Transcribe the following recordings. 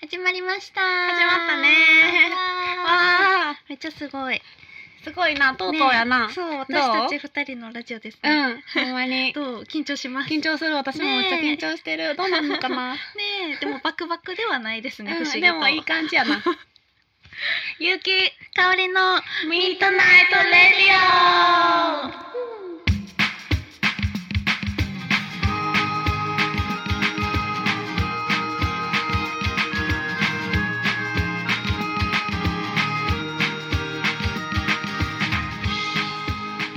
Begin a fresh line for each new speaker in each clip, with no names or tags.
始まりました
始まったね
わ
わあ
ーめっちゃすごい
すごいなとうとうやな、
ねそう私たち二人のラジオですね
うんほんまに
どう緊張しますね
緊張する私もめっちゃ緊張してる、どうなのか な、
えでもバクバクではないですね不思
うん、
議と
でもいい感じやな
ゆうき香りの
ミートナイトレディ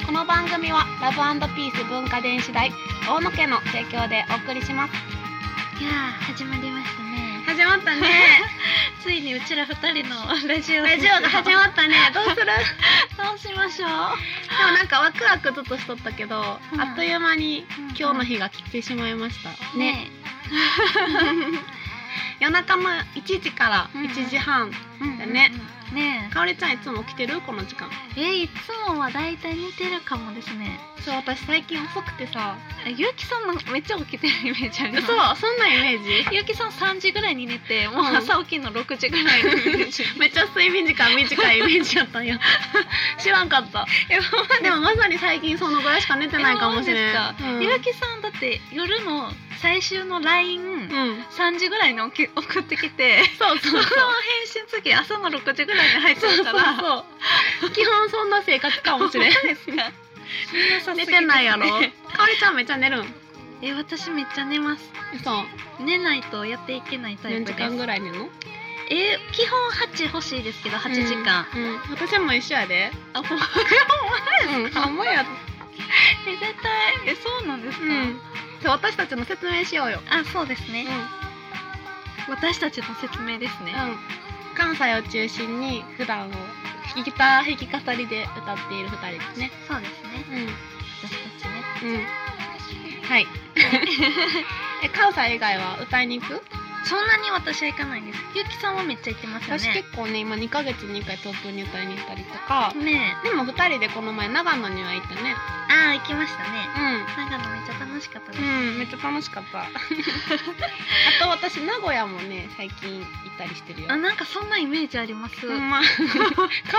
オこの番組はラブピース文化電子台大野家の提供でお送りします
いやー始まりました ね
始まったね
ついにうちら二人のラジオ
ラジオが始ま ったねどうするでも
たどうしましょう
なんかワクワクずっとしとったけど、
うん
あっという間に
うん
今日の日が来てしまいました、ね
ね
夜中の1時から
うんうん
1時半、
えうん
だね
ね
かおりちゃんいつも来てるこの時間
ええいつもはだいたい似てるかもですね
そう私最近遅くて
あ
さ
ゆうきさんのめっちゃ起きてるイメージあり
嘘
ます
そんなイメージ
ゆうきさん3時ぐらいに寝てもううん朝起きんの6時ぐらいのイメージ
めっちゃ睡眠時間短いイメージや ったんや知らんかった
え
でもまさに最近そのぐらいしか寝てないかもしれ
えマ
な
ジです
い
か
うん
ゆうきさんだって夜の最終の LINE3、
うん
時ぐらいに起き送ってきて
そう
そ
そ
の
う
返信次朝の6時ぐらいに入っちゃ
そうそう
った
そう
ら
基本そんな生活かも しれん
本当ですかみんな
寝てないや ろかおりちゃんめっちゃ寝るん
え私めっちゃ寝ます
そう
寝ないとやっていけないタイ
何
プ
時
です
間ぐらい寝るの
えー基本8欲しいですけど8時間、
うん、うん私も一緒やで
あほん
うんほんまや
え 絶対えそうなんですか、
うんそう私たちの説明しようよ
あそうですね、
う
私たちの説明ですね、
ん、関西を中心に普段をギター弾き語りで歌っている二人ですね
そうですね私たちね
うんうんはい え関西以外は歌いに行く
そんなに私は行かないんですゆうきさんはめっちゃ行ってますよね
私結構ね今2ヶ月に1回東京に歌いに行ったりとか
ねえ
でも2人でこの前長野には行ったね
あー行きましたね長野めっちゃ楽しかったです、
うんうんめっちゃ楽しかった あと私名古屋もね最近行ったりしてるよ
あなんかそんなイメージあります、
ほ んまか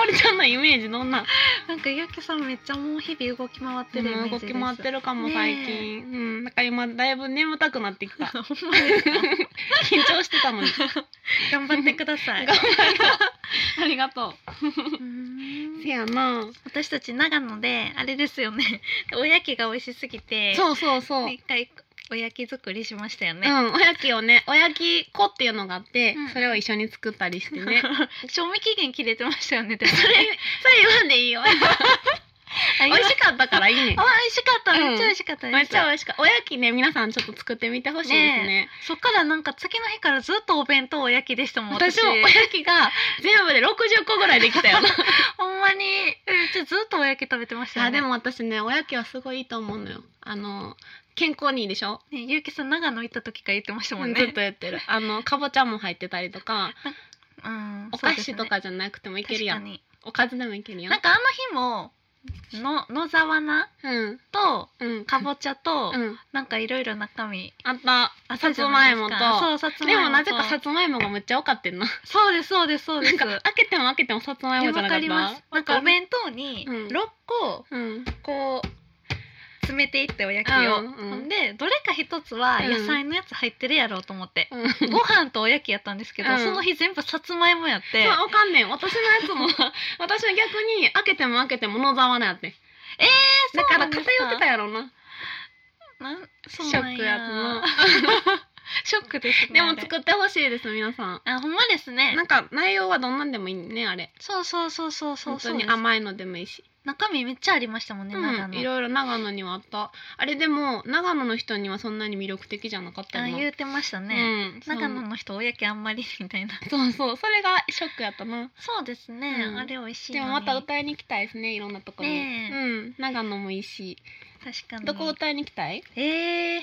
おりちゃんのイメージどんな
なんかゆうきさんめっちゃもう日々動き回ってるイメー
うん
ジ
動
です
き回って
る
るかも
ねえ
最近、うんなんか今だいぶ眠たくなってき た
ほんまですか
緊張してたのに
頑張ってください
頑張ろうありがと
うー
うんせやな
私たち長野であれですよね おやきが美味しすぎて
そうそうそう、
一回おやき作りしましたよ
う
ね、
ん、おやきをねおやき粉っていうのがあって、
うん
それを一緒に作ったり し てね
賞味期限切れてましたよね でも
それそれ言わんでいい よ美
美味
味
し
しかったからいいね
あ美味しかった
うん
めっちゃ美味しかったです、
めっちゃ美味しかったおやきね皆さんちょっと作ってみてほしいですね
ねそっからなんか次の日からずっとお弁当おやきでしたもん私
私もおやきが全部で60個ぐらいできたよ
ほんまにめっちゃずっとおやき食べてましたよ
あ
ね
でも私ねおやきはすごいいいと思うのよあの健康にいいでしょ
ねゆうきさん長野行った時から言ってましたもん
ずっ
ね
と言ってるあのかぼちゃも入ってたりとか
うん
お
そう
菓
です
子
ね
とかじゃなくてもいけるやん、
確かに
おかずでもいけるやん
なんかあの日もの野沢菜
うん
と
うん
かぼちゃと、
うん
なんかいろいろ中身
あった
あ
さつまいもと
そうさつまい
で
もと
もなぜかさつまいもがめっちゃ多かったんな
そうですそうですそうで
な
す
んか 開けても開けてもさつまい
え
もじ
わ
ゃなか
か
った
りますなんかお弁当に
うん
6個
うん
こう詰めていっておやきを、
うんうん
でどれか一つは
うん
野菜のやつ入ってるやろうと思って、
うん
ご 飯とおやきやったんですけど、
うん
その日全部さつまいもやって、
そうわかんねん私のや つも私は逆に開けても開けても野沢菜やってんだから偏ってた
よ
やろうな
なん
シ
そう
ョ
なん
ックや
や
ったな
ショックですね
で
あ
も
れ
作ってほしいです皆さん
あほんまですね
なんか内容はどんなんでもいいねあれ
そうそうそうそうそ
本
うそ
当
う
に
です
甘いのでもいいし
中身めっちゃありましたもんね、長
うん、
野
いろいろ長野にはあったあれでも長野の人にはそんなに魅力的じゃなかった
あ
な
言うてましたね、
うん、そう
長野の人おやきあんまりみたいな
そうそうそれがショックやったな
そうですね、
うん
あれ美味しいの
で
に
もまた歌いに行きたいですねいろんなとこに、
ねえ
うん長野もいいし
確かに
どこ歌いに行きたい、
えー、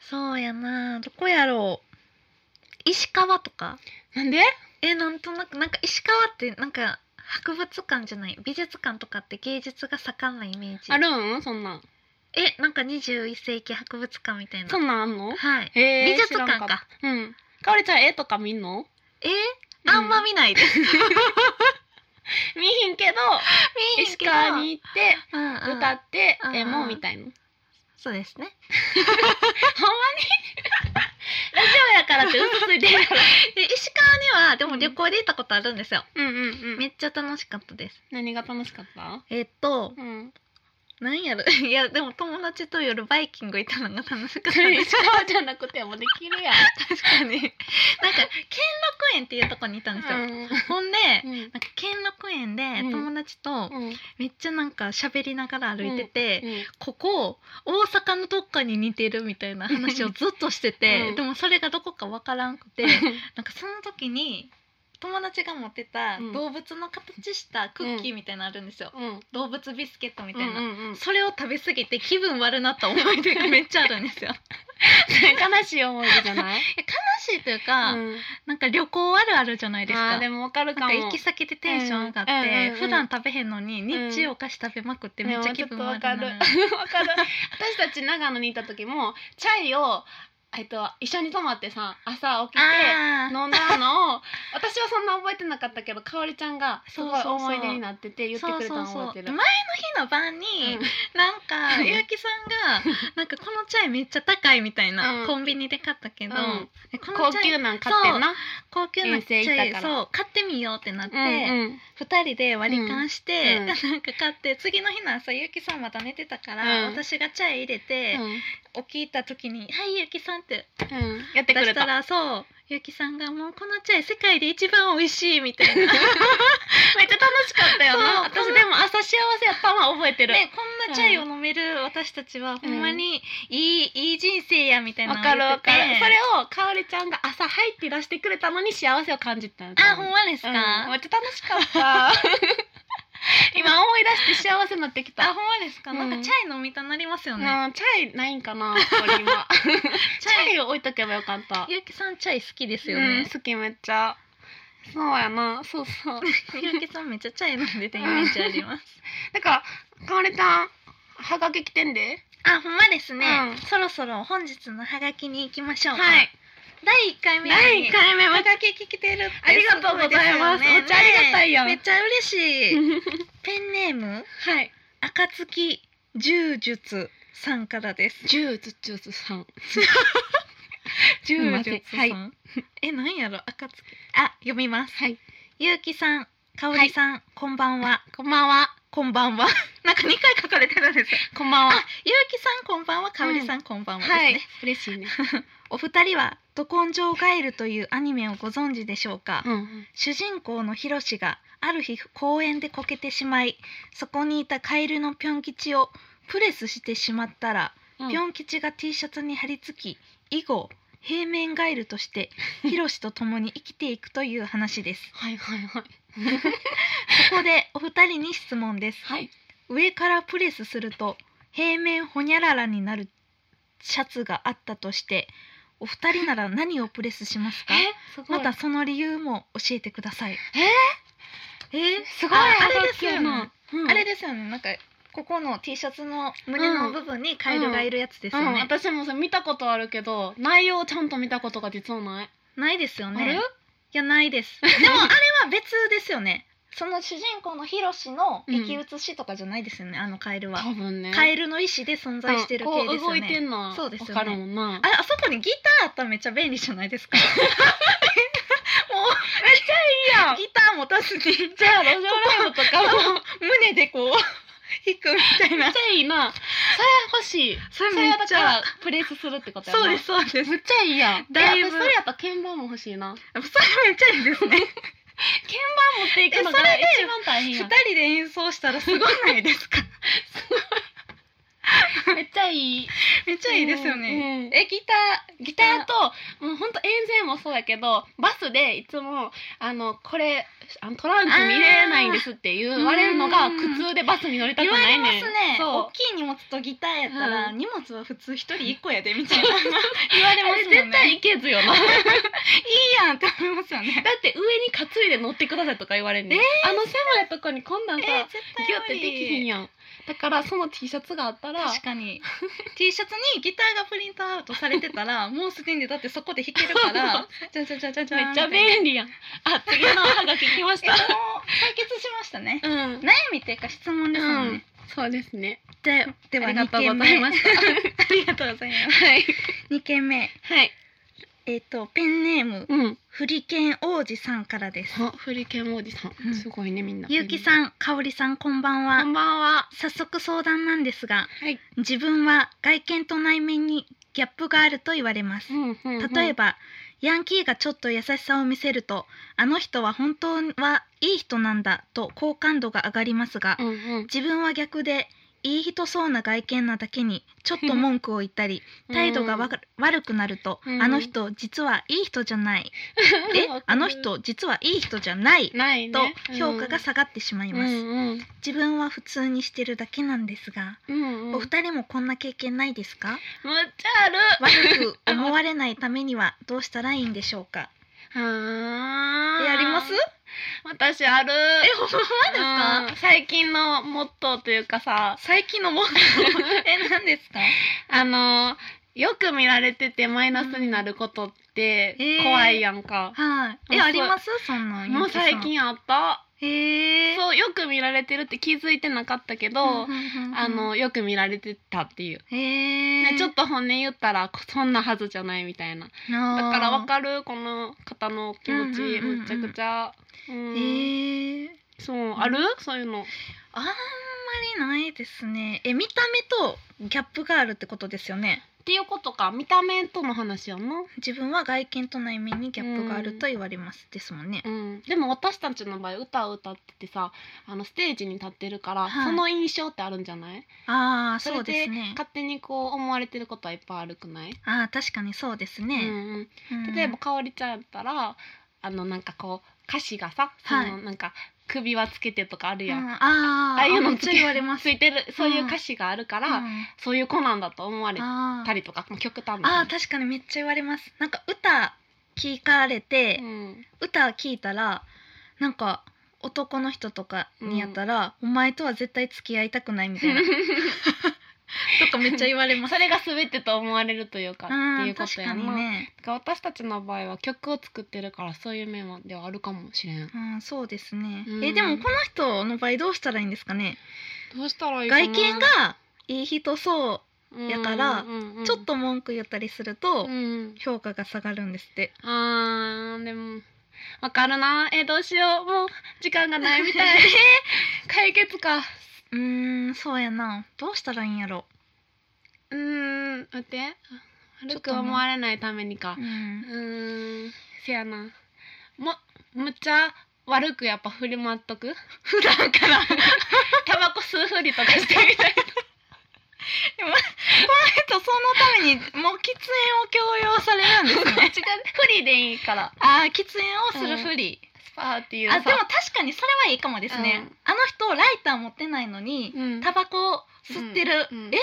そうやなどこやろう石川とか
なんで
えなんとなくなんか石川ってなんか博物館じゃない美術館とかって芸術が盛んなイメージ
あるんそんなん
えなんか21世紀博物館みたいな
そんなんあんの
はい
へえ
美術館か
知らんったうんかおりちゃん絵とか見んの
えあんま見ないです。
見ひんけど
見えへん
石
けど
川に行って
うんうん
歌って
うんうん
絵もみたいな、
そうですね。
ほんまにラジオやからって嘘ついて るから
で石川にはで
う
も
ん
旅行で行ったことあるんですよ。
うんうんう
め
ん
っちゃ楽しかったです。
何が楽しかった
えっと
うん
なんやろいやでも友達と夜バイキング行ったのが楽しかったです。
石川じゃなくてもできるやん
確かに。なんか兼六園っていうとこにいたんですよ。ほんで。
うん
なんか兼六園で
うん
友達と
うん
めっちゃなんか喋りながら歩いてて、
うん
ここ大阪のどっかに似てるみたいな話をずっとしてて、
うん
でもそれがどこかわからんくてなんかその時に友達が持ってた
うん
動物の形したクッキーみたいなのあるんですよ、
うん
動物ビスケットみ
み
たいな、
な
それを食べ過ぎて気分悪なった思い出がめっちゃあるんです よ
悲しい思い出じゃない
悲しいというか、
うん
なんか旅行あるあるじゃないです
あ
か
ーでもわかる
な
か
ん
も
か行き先でテンション上がって、
うんうんうんうん
普段食べへんのに日中お菓子食べまくってめっちゃ気分悪くなる、
でもちょっとわかるわかる私たち長野にいた時もチャイをえっと一緒に泊まってさ朝起きて
あー
飲んだのを私はそんな覚えてなかったけどかおりちゃんがすごい
そうそうそう
思い出になってて言ってくれたの覚えて
前
る
の日の晩に、なんか
うん
ゆうきさんがなんかこのチャイめっちゃ高いみたいな、
うん
コンビニで買ったけど、
うん
えこ
うん
の
高
チャイ
級なん買ってんな
高級な
遠
チ
征行
ャ
っ
イ
たから
そう買ってみようってなって、
うんうん
2人で割り勘して、
うん うん
なんか買って次の日の朝ゆうきさんまた寝てたから、
うん
私がチャイ入れて、
うん
起きた時に「はいゆうきさん」って
うんやって
出
くれ
した
た
らそうゆうきさんが「もうこのチャイ世界で一番美味しい」みたいな
めっちゃ楽しかったよな
そう
私でも朝幸せやったのは覚えて る
ね、こんなチャイを飲める私たちはほんまにいい,、いい人生やみたいな
わ
の
かるわかる
言ってて
それをかおりちゃんが朝入って出してくれたのに幸せを感じたん
あほんまですか、
うんめっちゃ楽し かった今思い出して幸せになってき
あほん
た
まですか、
うん
なんかチャイ飲みたなりますよね、
うんチャイないんかなこれ今
チ
チ
ャイ
ャイを置いとけばよかった
ゆうきさんチャイ好きですよ
うん
ね、
好きめっちゃそうやなそうそう
ゆうきさんめっちゃチャイ飲んでたイメージあります
だからかおりちゃんはがき来てんで
あほんまですね、
うん
そろそろ本日のハガキに行きましょうか
はい
第一回目なの
第
に
1回目
ハ
また
ガキ聞きてるって
ありがとうございます
ご
めっちゃありがたいやん
めっちゃ嬉しい ペンネーム
はい
暁柔術さんからです
十ず十ずさん
柔術さん、
はい
えなんやろ暁あ読みます
はい
ゆうきさんかおりさん、こんばんは
こんばんは
こんばんは なんか二回書かれてるんですよ
こんばん
あゆうきさんこんばんはかおりさん、こんばんはですね、
はい嬉しいね
お二人は「ど根性ガエル」というアニメをご存知でしょうか、
うん
主人公のヒロシがある日公園でこけてしまいそこにいたカエルのピョン吉をプレスしてしまったら、
うん
ピョン吉が T シャツに貼り付き以後平面ガエルと してヒロシと共に生きていくという話です
はいはいはい
ここでお二人に質問です
はい
上からプレスすると平面ほにゃららになるシャツがあったとしてお二人なら何をプレスしますか
すご
ま
い
たその理由も教えてくださいえー
すごい
ああ
あ
れ
れ
で
ですす
よ
よ
ね
ね、
あれですよねなんかここの T シャツの胸の部分にカエルがいるやつですよね、
うん、私もそれ見たことあるけど内容をちゃんと見たことが実はない、
ないですよ
あれ
ねいやないです でもあれは別ですよねその主人公のヒロシの生き写しとかじゃないですよね、あのカエルは、
多分ね
カエルの意志で存在してる系
うんこ
で
う
すよ
動
ね
いてんの
そうですよね
わかるもんな
ああそこにギターあったらめっちゃ便利じゃないです か
や
ギター持たずに
じゃあ路上ライブとか も
胸でこう 弾くみたい
めっ
な
ちゃいいなそれ欲しい
そ
それはだからプレスするってことやな
そうですそうです
めっちゃいいやん
だいぶ
え私それやったら鍵盤も欲しいな
それめっちゃいいですね
持っていくのが
えそれで
一番大変
二
やん
人で演奏したらすごないです か
めっちゃいい
めっちゃいいですよね、
うんうん
えギターギ
ギターともうほんと遠征もそうやけどバスでいつもあのこれあのトランクに入れないんですっていう
あー
言われるのが苦痛でバスに乗りたく
言わ
な
れ
い
ます
ねん
ね大
そ
きい荷物とギターやったら、
う
荷物は普通一人一個やで みたいな言わ
う
れますもんね
あれ絶対いけずよなだっ
いいやんって思いますよね
て上に担いで乗ってくださいとか言われんねん、
え
あの狭いとこにこんなん さ、
えー、絶対
ギュってできひん
や
やんだからその T シャツがあったら
確かに T シャツにギターがプリントアウトされてた らもうすでにだってそこで弾ける からじゃじゃじゃじゃじゃ
めっちゃ
利
便利やんあ次のおはがき来まし
えもう
た
解決しましたね
うん
悩みっていうか質問ですもんね、
そうですね
ででは
ありが
2
とう
件
ご
目
ざいました
ありがとうございます
はい
2件目
はい
えっ、とペンネーム
うん
フリケン王子さんからです
あフリケン王子さん、
うん
すごいねみんな
ゆうき
ん
さんかおりさんこんばん
こ
は
んばんは
早速相談なんですが
はい、
自分は外見と内面にギャップがあると言われます
うんうんうん
例えば、ヤンキーがちょっと優しさを見せるとあの人は本当はいい人なんだと好感度が上がりますが、
うんうん
自分は逆でいい人そうな外見なだけにちょっと文句を言ったり態度がわか悪くなると、
うん
あの人実はいい人じゃ ない、
うん
え
わかる
あの人実はいい人じゃない
ない
と
ね
評価が下がってしまいます、
うんうん
自分は普通にしてるだけなんですが、
うんうん
お二人もこんな経験ないですか
むっちゃある
悪く思われないためにはどうしたらいいんでしょう か。
はー
やります？
私ある
え、ほんまですか？
うん最近のモットーというかさ
最近のもの え、なんですか？
あのよく見られててマイナスになることって
うん
怖いやんか、
はい。え、
もうそう
あります？そんなん。
もう最近あった
ゆきさん。へえ。
そうよく見られてるって気づいてなかったけど、あのよく見られてたっていう、
へえ、
ねちょっと本音言ったらそんなはずじゃないみたいなだ
なあ
からわかるこの方の気持ち、
うんうんうんうん
むっちゃくちゃ、うん
へえ。
そうあるそういうの
あんまりないですね。え、見た目とギャップがあるってことですよね。
っていうことか見た目との話やな、
自分は外見と内面にギャップがあると言われます。ですもんね。
うん、でも私たちの場合歌を歌っててさあのステージに立ってるから、
はい
その印象ってあるんじゃない
ああ、
そ
そ
れ
う
で
ですね。
勝手にこう思われてることはいっぱいあるくない、
ああ、確かにそうです
うん
ね。う
うんん、例えばかおりちゃんやったらあのなんかこう歌詞がさそ
はい
のなんか首輪つけてとかあるやん、
うん、あー
ああいうの
めっちゃ言われます
ついてるそういう歌詞があるから、
うん
そういう子なんだと思われ
あ
た
ー
りとかもう極端
あ
な
ー確かにめっちゃ言われますなんか歌聞かれて、
うん
歌聞いたらなんか男の人とかにやったら、お前とは絶対付き合いたくないみ たいなとかめっちゃ言われます
それが全てと思われるというかって
あ
いう
ー
こと
確
や
か
な
にね
だから私たちの場合は曲を作ってるからそういう面はではあるかもしれん
うん、そうですね、
うん
えでもこの人の場合どうしたらいいんですかね
どうしたらいいかな
外見がいい人そやから
うんうんうんうん
うちょっと文句言ったりすると
うん
評価が下がるんです って
あーでもわかるなえどうしようもう時間がないみた い解決か
うーんそうやなどうしたらいいんやろ
うーん待ってあ
ちょ
悪
っと
く
な
思われないためにか
うん
うーんせやなもむっちゃ悪くやっぱ振り回っと く
普段からこの
タバコ吸うふりとかしてみたい
人そのためにもう喫煙を強要されるんです
な 違うフリでいいから
ああ喫煙をするふり、
スパーっていう
あでも確かにそれはいいかもですね、
うん
あの人ライター持ってないのに
うん
タバコを吸ってる、
うんうん
え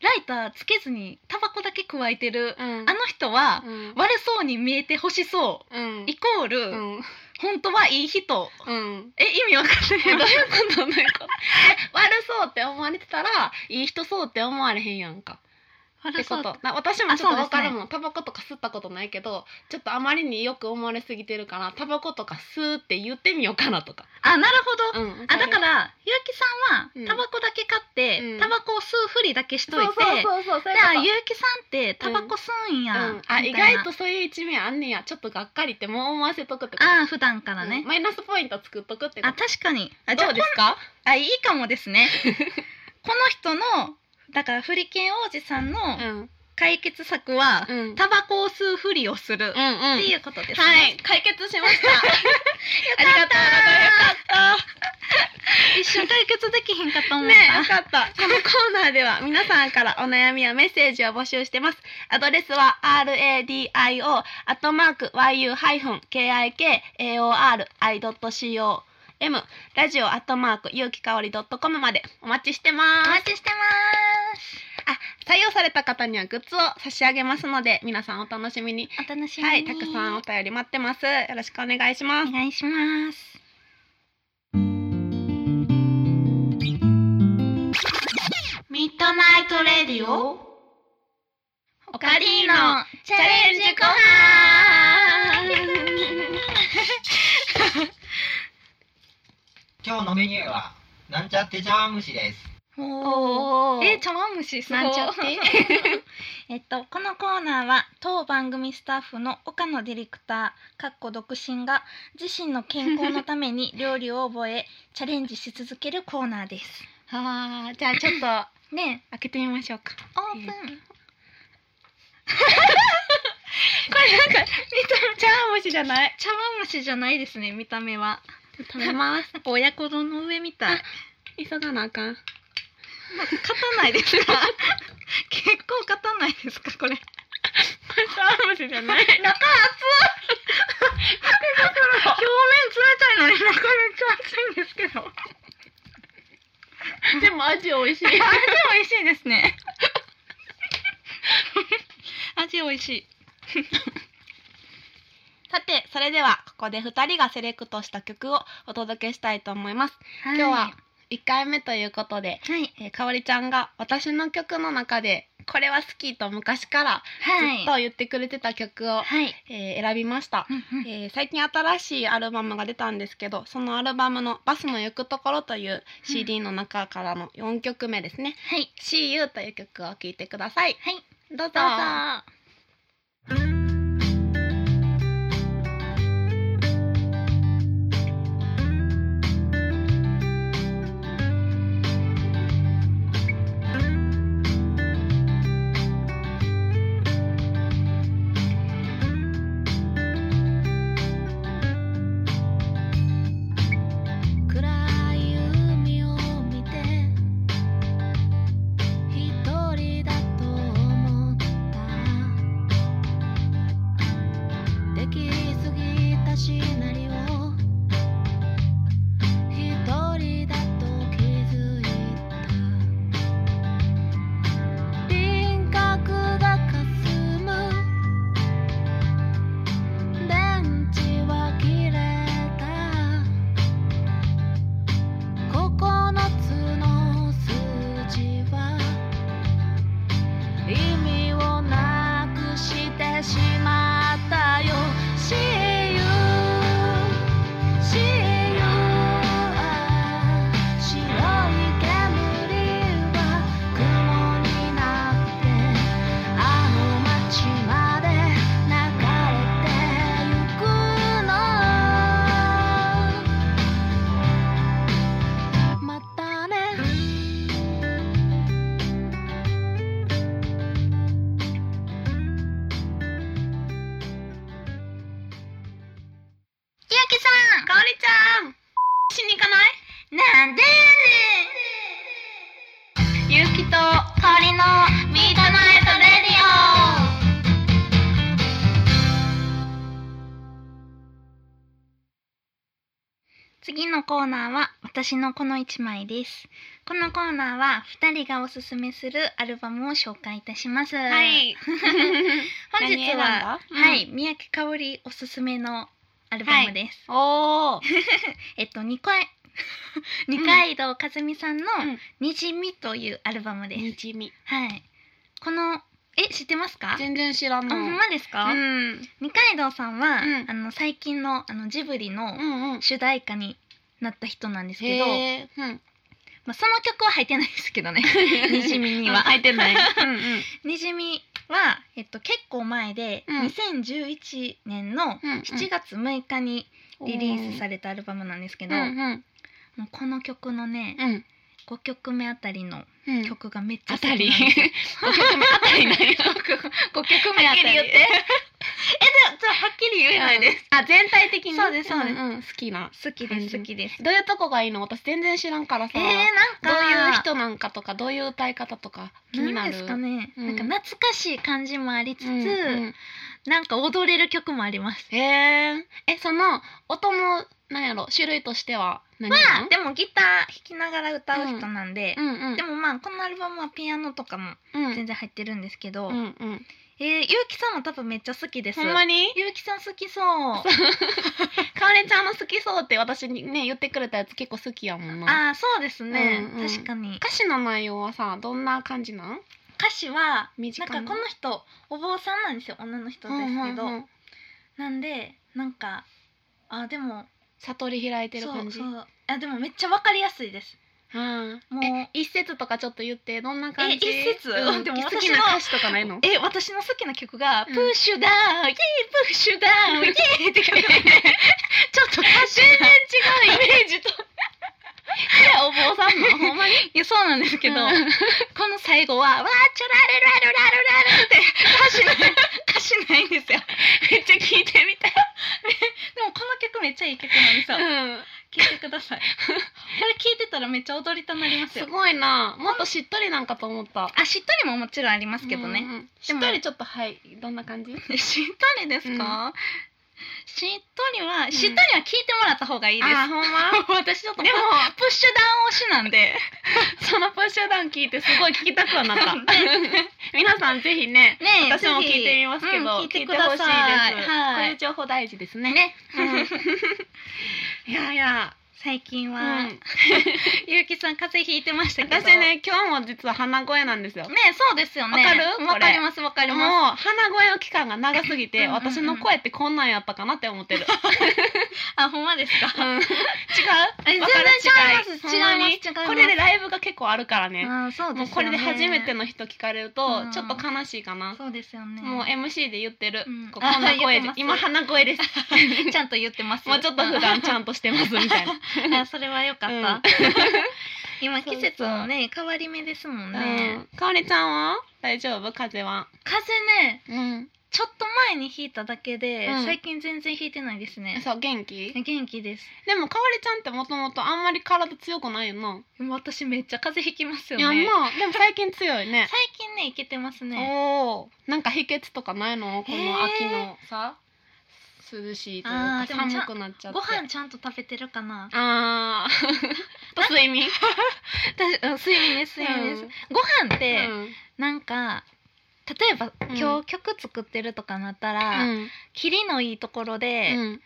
ライターつけずにタバコだけ加えてる、
うん
あの人は
うん
悪そうに見えてほしそ
うん
うイコール、
うん
本当はいい人
うん
え意味わかん
えどういう
ない
ことどういうこと え悪そうって思われてたらいい人そうって思われへんやんかっ
悪
てこ
そう
とな私もちょっと
あそうですね
分かるもん、タバコとか吸ったことないけどちょっとあまりによく思われすぎてるからタバコとか吸うって言ってみようかなとか、
あなるほど、
うん、
あだからゆうきさ
うん
んはタバコだけ買って、
うん
タバコを吸うふりだけしと
そう
い
そ
て
うそうそう
じ
そういう
ゃあ
こと
ゆうきさんってタバコ吸うんや、
うん、あ
み
意
たいな
外とそういう一面あんねやちょっとがっかりってもう思わせとくってこと
ああ普段からね
うん、マイナスポイント作っとくってこ
あ
と
確かにあじゃあ
どうですか
あいいかもです ねこの人のだからフリケン王子さんの
うん
解決策は、
うん
タバコを吸うふりをする、
うんうん
っていうことですね、
はい解決しま したありがとうございまし
一瞬解決できひんかと
た
思っ
ねえ
た、
よかったこのコーナーでは皆さんからお悩みやメッセージを募集してますアドレスは radio アットマーク yu-kikaori.co M ラジオアットマーク有機香り .com までお待ちしてま
お
す
待ちしてます
採用された方にはグッズを差し上げますので皆さんお楽しみに
お楽しみに、
はいたくさんお便り待ってますよろしくお願いします
お願いしますミッドナイトレディオオカリーのチャレンジコ
今日のメニューはなんちゃって茶碗蒸しです
ハンおー
おー
えー、茶碗蒸しすごい
なんちゃって
えっとこのコーナーは当番組スタッフの岡野ディレクターかっこ独身が自身の健康のため に料理を覚えチャレンジし続けるコーナーです
あーじゃあちょっと
ね
開けてみましょうか。
えオープン
これなんか、見た目茶碗蒸しじゃない。
茶碗蒸しじゃないですね見た目は
食べます。
なんか 親子丼の上みたい
急がなあかん。
なんか勝たないですか 結構勝たないですかこれ
茶碗蒸しじゃない。
中熱い表面冷たいのに中めっちゃ熱いんですけど
でも味美味しい。
味美味しいです ね味美味しい
さて、それではここで二人がセレクトした曲をお届けしたいと思います。
今
今日は一回目ということで、
はい
えー、かおりちゃんが私の曲の中でこれは好きと昔からずっと
はい
言ってくれてた曲を、
はい
えー選びました。
うん
えー最近新しいアルバムが出たんですけどそのアルバムの「バスの行くところ」という CD の中からの4曲目ですね
はい
「See You」という曲を聴いてください
はい
ど
どう
うぞ
ぞ
暗い海を見て一人だと思ったできすぎたシナリオ一人だと気づいた輪郭が霞む電池は切れた「ここのつの筋は意味をなくしてしまったよ」「See you See you 白い煙は雲になって」「あの街まで流れてゆくの」またね
ゆうきさん
かおりちゃんしに行かない
なんで
ゆうき
り
と
のミートナイトレディオ次のコーナーは私のこの一枚ですこのコーナーは二人がおすすめするアルバムを紹介いたします
はい
本日
何選ん
はは
だ、
い宮城香織おすすめのアルバムです、
おお
えっと二回二階堂和美さんの
うん
「にじみ」というアルバムです、
にじみ
はいこのえ知ってますか
全然知ら
あ
な
ほ
い
んまですか、
うん
二階堂さんは、
うん
あの最近のあのジブリの
うんうん
主題歌になった人なんですけど、
へーうん
まあ、その曲は入ってないですけど ねにじみには
うん入ってないうんうん
にじみは、えっと、結構前で、
うん
2011年の
うんうん
7月6日にリリースされたアルバムなんですけど、
うんうん
もうこの曲のね、
うん
5曲目あたりの
うん
曲がめっちゃ
あ
好きな
た
んで
り
すよ
五曲目あたり なんや
五曲目あたり
はっきり言って
えじゃあはっきり言えないです、
あ全体的に
そうですそうです
んん好きな
好きです好きです
どういうとこがいいの私全然知らんからさ、
えー、
どう
なんか
いう人なんかとかどういう歌い方とか気にな
なん
る
ですかね、
うん
なんか懐かしい感じもありつつ、
うんうん
なんか踊れる曲もあります。
へえ。え、その音のなんやろ種類としては何な
まあ
の？
でもギター弾きながら歌う人なんで、
うんうん。
でもまあこのアルバムはピアノとかも
うん
全然入ってるんですけど、
うんうん。
えー、ゆうきさんも多分めっちゃ好きです。
ほんまに？
ゆうきさん好きそう。
かおりちゃんの好きそうって私にね言ってくれたやつ結構好きやもんな。
ああそうですね、
うんうん
確かに
歌詞の内容はさどんな感じなん？
歌詞はな
短
んかこの人お坊さんなんですよ女の人ですけど、
うんうんうん
なんでなんかあでも
悟り開いてる
そ
感
う
じ。
そうあでもめっちゃわかりやすいです
ああ。
もう
え一節とかちょっと言ってどんな感じ？
え一節
うん
でも
好
私の
きな歌詞とかないの？
え私の好きな曲が「
う
プ
ん
ッシュダウン、イエーイプッシュダウンイエーイ」って曲ちょっと歌詞
全
が
然違うイメージと。 いやお坊さんのほんまに。
いやそうなんですけど、
うん
この最後は「わーチャラレラルラルラル」って歌詞ない歌詞ないんですよ
めっちゃ聞いてみたい。
でもこの曲めっちゃいい曲なんですよ
うん。
聴いてくだ さいこれ聴いてたらめっちゃ踊りたなります
す
よ
ごいな。もっとしっとりなんかと思った。
あしっとりももちろんありますけど
うん
ね、
うん。しっとりちょっとはいどんな感じ？
しっとりですか、しっとりはしっとりは聞いてもらった方がいいです、
あーほんま。
私ちょっと
でも
プッシュダウン推しなんで
そのプッシュダウン聞いてすごい聞きたくはなっ た
ね。
皆さんぜひね。
ね
私も
ぜ
聞
ひ
いてみますけど、
うん聞いてください
聞いてほしいです、
はい
こういう情報大事ですね。
ね
うん いやいや、
最近
う
は、
ん、
ゆうきさん風邪ひいてましたけど
私ね今日も実は鼻声なんですよ。
ねそうですよね
わかる
わかりますわかり
もう
ま
鼻声の期間が長すぎて、
うんうんうん
私の声ってこんなんやったかなって思 ってる。
すあほんまですか
うん、違う？
え
わかる
全然違います
違いほんま
違
に
います違います
これでライブが結構あるからね。
あーそうですよ
も
ね
うこれで初めての人聞かれると、
うん
ちょっと悲しいかな。
そうですよね
もう MC で言ってる、
うん
こうこん
あ
な
言
声
って
で
ます
今鼻声です
ちゃんと言ってます
もうちょっと普段ちゃんとしてますみたいな
あそれは良かった、
うん
今季節のね変わり目ですもんね、
うんかおりちゃんは大丈夫風邪は
風邪ね
うん
ちょっと前に引いただけで、
うん
最近全然引いてないですね
そう元気
元気です
でもかおりちゃんってもともとあんまり体強くないよな、
でも私めっちゃ風邪ひきますよ
いや
ね
まあでも最近強い ね
最近ねいけてますね
おおなんか秘訣とかないのこの秋
え
のさ、涼しいという
あ
か
ーでもちゃん
寒くなっちゃって
ご飯ちゃんと食べてるかな
あ ーと睡眠
私 うん睡眠です睡眠です、
うん
ご飯って、
うん
なんか例えば
うん
今日曲作ってるとかなった
う
ら、
ん
キリのいいところで、
うん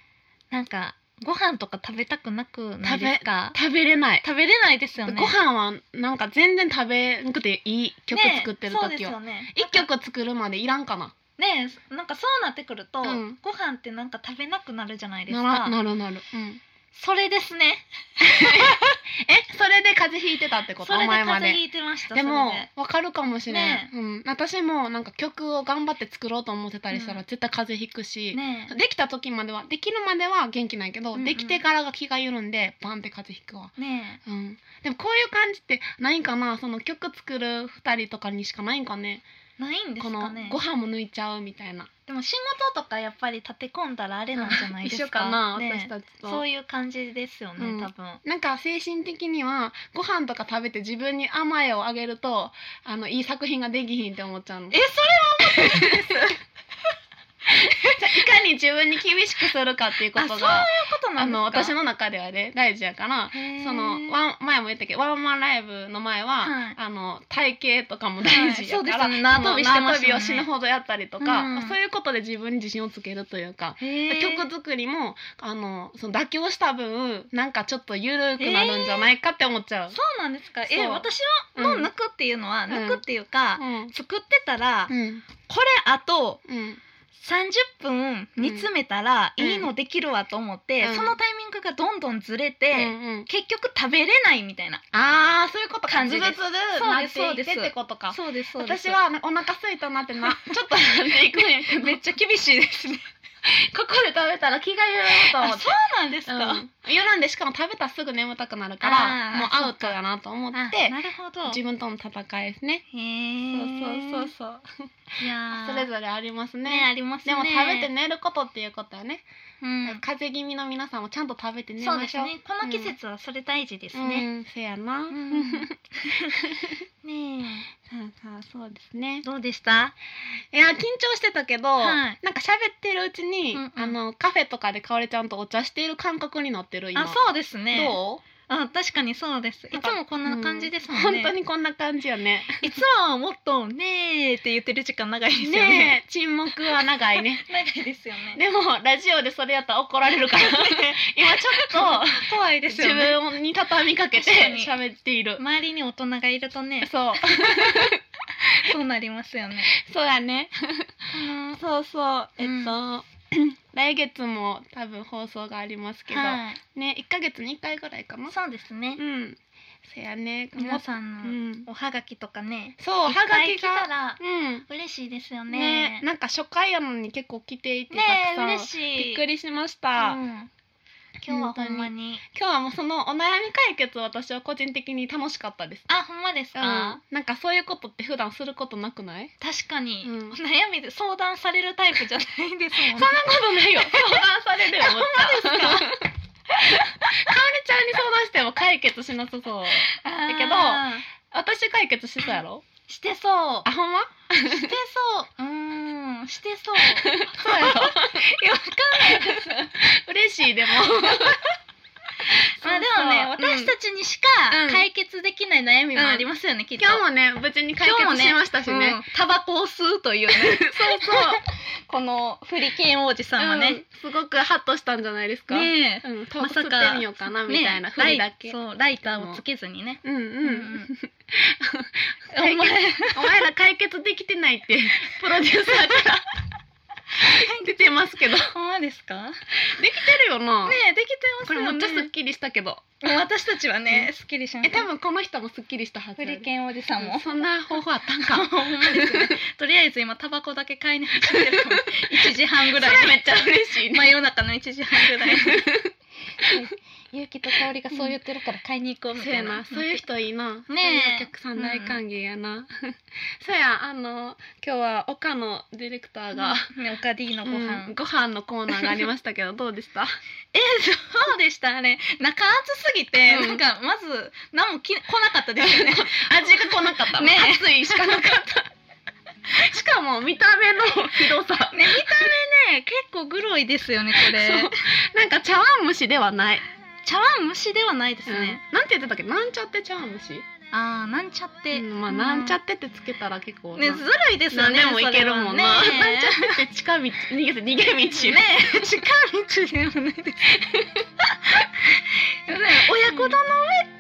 なんかご飯とか食べたくなくないですか
食べれない
食べれないですよね
ご飯はなんか全然食べなくていい曲
ね
作ってる
そうです
時
よ
は
ね
一、曲作るまでいらんかな
ねなんかそうなってくると、
うん
ご飯ってなんか食べなくなるじゃないです
なら
か
なるなる、うん、
それですね
えそれで風邪ひいてたってこ
そ
と
れで
お前
風
ま
邪
で
ひいてました
でも
それで
わかるかもしれん、
ね
うん、私もなんか曲を頑張って作ろうと思ってたりしたら
うん
絶対風邪ひくし、
ね
できた時まではできるまでは元気ないけど、
うんうん
できてからが気が緩んでバンって風邪ひくわ
ね
うん、でもこういう感じってないんかなその曲作る2人とかにしかないんかね
ないんです
この
かね
ご飯も抜いちゃうみたいな
でも仕事とかやっぱり立て込んだらあれなんじゃないです
一
か
緒かな、私
ね
たちと
そういう感じですよね、
うん
多分
なんか精神的にはご飯とか食べて自分に甘えをあげるとあのいい作品ができひんって思っちゃうの
えそれ
じゃあいかに自分に厳しくするかっていうこ
あ
と
そういう
があ
ことなんですか
の私の中ではね大事やからその
ン
ワン前も言ったけどワンマンライブの前は、
はい
あの体型とかも大事
はいそ
やから、
うですよね縄跳びしてましたもんね
その縄跳びを死ぬほどやったりとか、
うん
そういうことで自分に自信をつけるというか。曲作りもあのその妥協した分なんかちょっと緩くなるんじゃないかって思っちゃう。
そうなんですか
そ
え
う
私は
う
の
ん
抜くっていうのは、
うん
抜くっていうか、
うん
作ってたら、
うん
これあと
うん
30分煮詰めたら
うん
いいのできるわと思って、
うん
そのタイミングがどんどんずれ
う
て、
んうん、
結局食べれないみたいな
ああそういうことか
感じ
ず
で
る
す
ずるなってい
そう
っ
で
て
すそうです
ってことか
そうですそうです
私はなんかお腹空いたなってなちょっとなんでいくんやけ ど
めっちゃ厳しいですね
ここで食べたら気が緩むと思
あ
って
そうなんですか、
うん緩んでしかも食べたらすぐ眠たくなるか
あ
ら
ー
もうアウトやなと思っ
あ
て
なるほど
自分との戦いですね
へ
そう
え
そ
そうそ
う
うそう。いやー
それぞれありますね
ねありますね。
でも食べて。寝ることっていうことはね、
うん。
風邪気味の皆さんもちゃんと食べて寝
そう
ま
です
しょう
ね。この季節はそれ大事です
うん
ね。
せやな、
う ん
さ
ね
あさあそうですね
え、どうでした？
いや緊張してたけど、
はい
なんか喋ってるうちに、
うんうん
あのカフェとかでかおりちゃんとお茶している感覚になってる今
あ、そうですね。
ど
あ、確かにそうです。い
なん
つ
か
もこ
うん
な感じですもんね。
本当 にこんな感じよね
いつもはもっとねえって言ってる時間長いですよね。
ねえ沈黙は長い ね
長いですよね。
でもラジオでそれやったら怒られるから 今ちょっと
怖いです
自
よね。
分に畳みかけて
確か
喋っている
周りに大人がいるとね、
そう
そうなりますよね。
そうやね
うん
そうそうえっ
うん
と、 来月も多分放送がありますけど、
はい。
ね1ヶ月に1回ぐらいかな
そうですね
う。んそやね
皆さんの
ん
おはがきとかね、
そう
お
はがき
来た
が
ら
うん
嬉しいですよ
ね
ね。
なんか初回やのに結構来ていて
ね
たくさん、
嬉しい。
びっく
り
りしました、
今日はほんまに。
今日はもうそのお悩み解決私は個人的に楽しかったです
あ、ほんまです
うん
か。
なんかそういうことって普段することなくない
確かに、
うん
お悩みで相談されるタイプじゃないですもんね
そん。なことないよ相談されるよもっちゃんかおりちゃんに相談しても解決しなさそう
だ
けど私解決しそうやろ
してそう
あほんま
してそううーんして そう
そうやろ いやわかんないです嬉しいでも
まあでもね、私
ち
たちにしか
うん
解決できない悩みもありますよね、きっと
今日もね無事に解決しましたしね
うんタバコを吸うというね
そうそう
このフリケン王子さんは
う
ね
ん、すごくハッとしたんじゃないですか、
ねえ
うん、タバコ吸ってみようかなみたいな、
ね
ふりだけ
ライそうライターをつけずにね
うんうん、
うんうんお前解
お前ら解決できてないって プロデューサーから 出てますけどでき
決ほんまですかね
てるよな、
えできてま
こ
す
れ
よ
め
ね
っちゃすっきりしたけど
もう私たちはねすっきりしまし
え
た
多分この人もすっきりしたはず
フ
やで
リケン王子さんも
そんな方法あったんか
ほんまですね。とりあえず今タバコだけ買いに走ってるかも。1時半ぐらい。
それめっちゃ嬉しいね
真夜中の1時半ぐら い。ゆうきと香りがそう言ってるから買いに行こうみ
そう
た
や
いな。
なそういう人いいな
え
そういうお客さん大歓迎やな、そうやあの今日は岡野ディレクターが、
ね、オカディのご飯。
うんご飯のコーナーがありましたけどどうでした
え、そうでしたあれ。中暑すぎて、
うん
なんかまず何もき来なかったですよね。
味が来なかった
ねえ
熱いしかなかったしかも見た目のひどさ
ね、見た目ね、結構グロいですよね、こ
そ
れ
う。なんか茶碗蒸しではない、
茶碗蒸しではないです
うん
ね。
なんて言ってたっけなんちゃって茶碗蒸し、
ああ、なんちゃって。
うんまあなんちゃ
て。
ってってつけたら結構な
ね、ずるいですよ
何
ね。
でもいけるもんな、
それはね
なんちゃってって近道逃げて逃げ道
ねえ近道でもない です親子丼の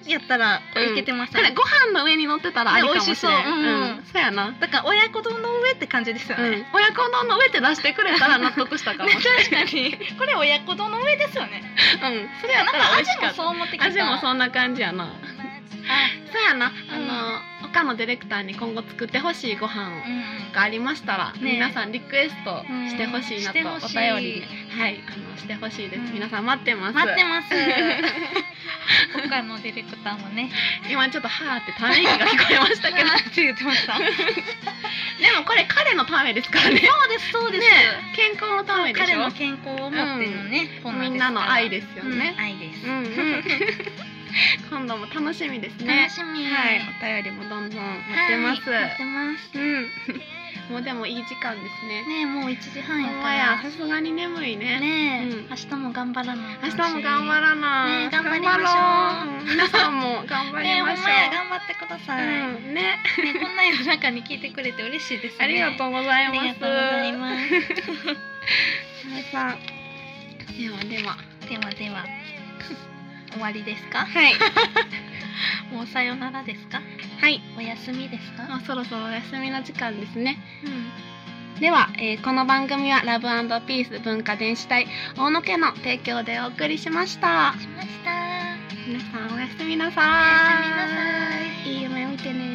上やったらこれいけてました
ただ
ね、
ご飯の上に乗ってたらありかもし
ね美
れん、
味しそううん
そうやな、
だから親子丼の上って感じですよね、
親子丼の上って出してくれたら納得した かも
ね確かにこれ親子丼の上ですよね
うんそれやっ
なん
たら
か
美味し
味
か
も
っ
そう思ってき
た
た
味もそ
うん
な感じやなそうやなあの、他のディレクターに今後作ってほしいご飯
ん
がありましたら、
ね
皆さんリクエストしてほしいなと、
うん
お
してほ
便
しい
りではいあのしてほしいです、
うん
皆さん待ってます
待ってます他のディレクターも ね
今ちょっとはーってため息が聞こえました けどで
て言ってましたそう
もこれ彼のためですからね
ですそうです、
ね健康のためでしょ
彼の健康を思ってのね、こ
みんなの愛
で
です
す
よ
から
ね
うん、。愛です、
うんうん 今度も楽しみですね
楽。しみ、
はい、お便りもどんどん待ってます。
はい待ってます
うん。もうでもいい時間ですね。
ねえもう1時
ほ
半や
ん
か
まや
ら、
さすがに眠いね。
ねえ、
うん
明日も頑張らない
明日も頑張らな
ね
い。
頑張りましょう
う。皆さんも頑張
ねえ
り
ほん
ましょ
まや頑張ってください、
う。うん、ね、
ねこんな世の中に聞いてくれて嬉しいですね
ありがとうござい
あり
ます。
がとうございます
皆さん。ではでは。
ではでは 終わりですか
はい。
もうさよならですか
はい。
お休みです
も
か
うそろそろお休みの時間ですね。
うん
では、えーこの番組はラブピース文化電子台大野家の提供でお送りしました
しました
皆さんおやすみなさ
おやすみなさい
いいい夢見てね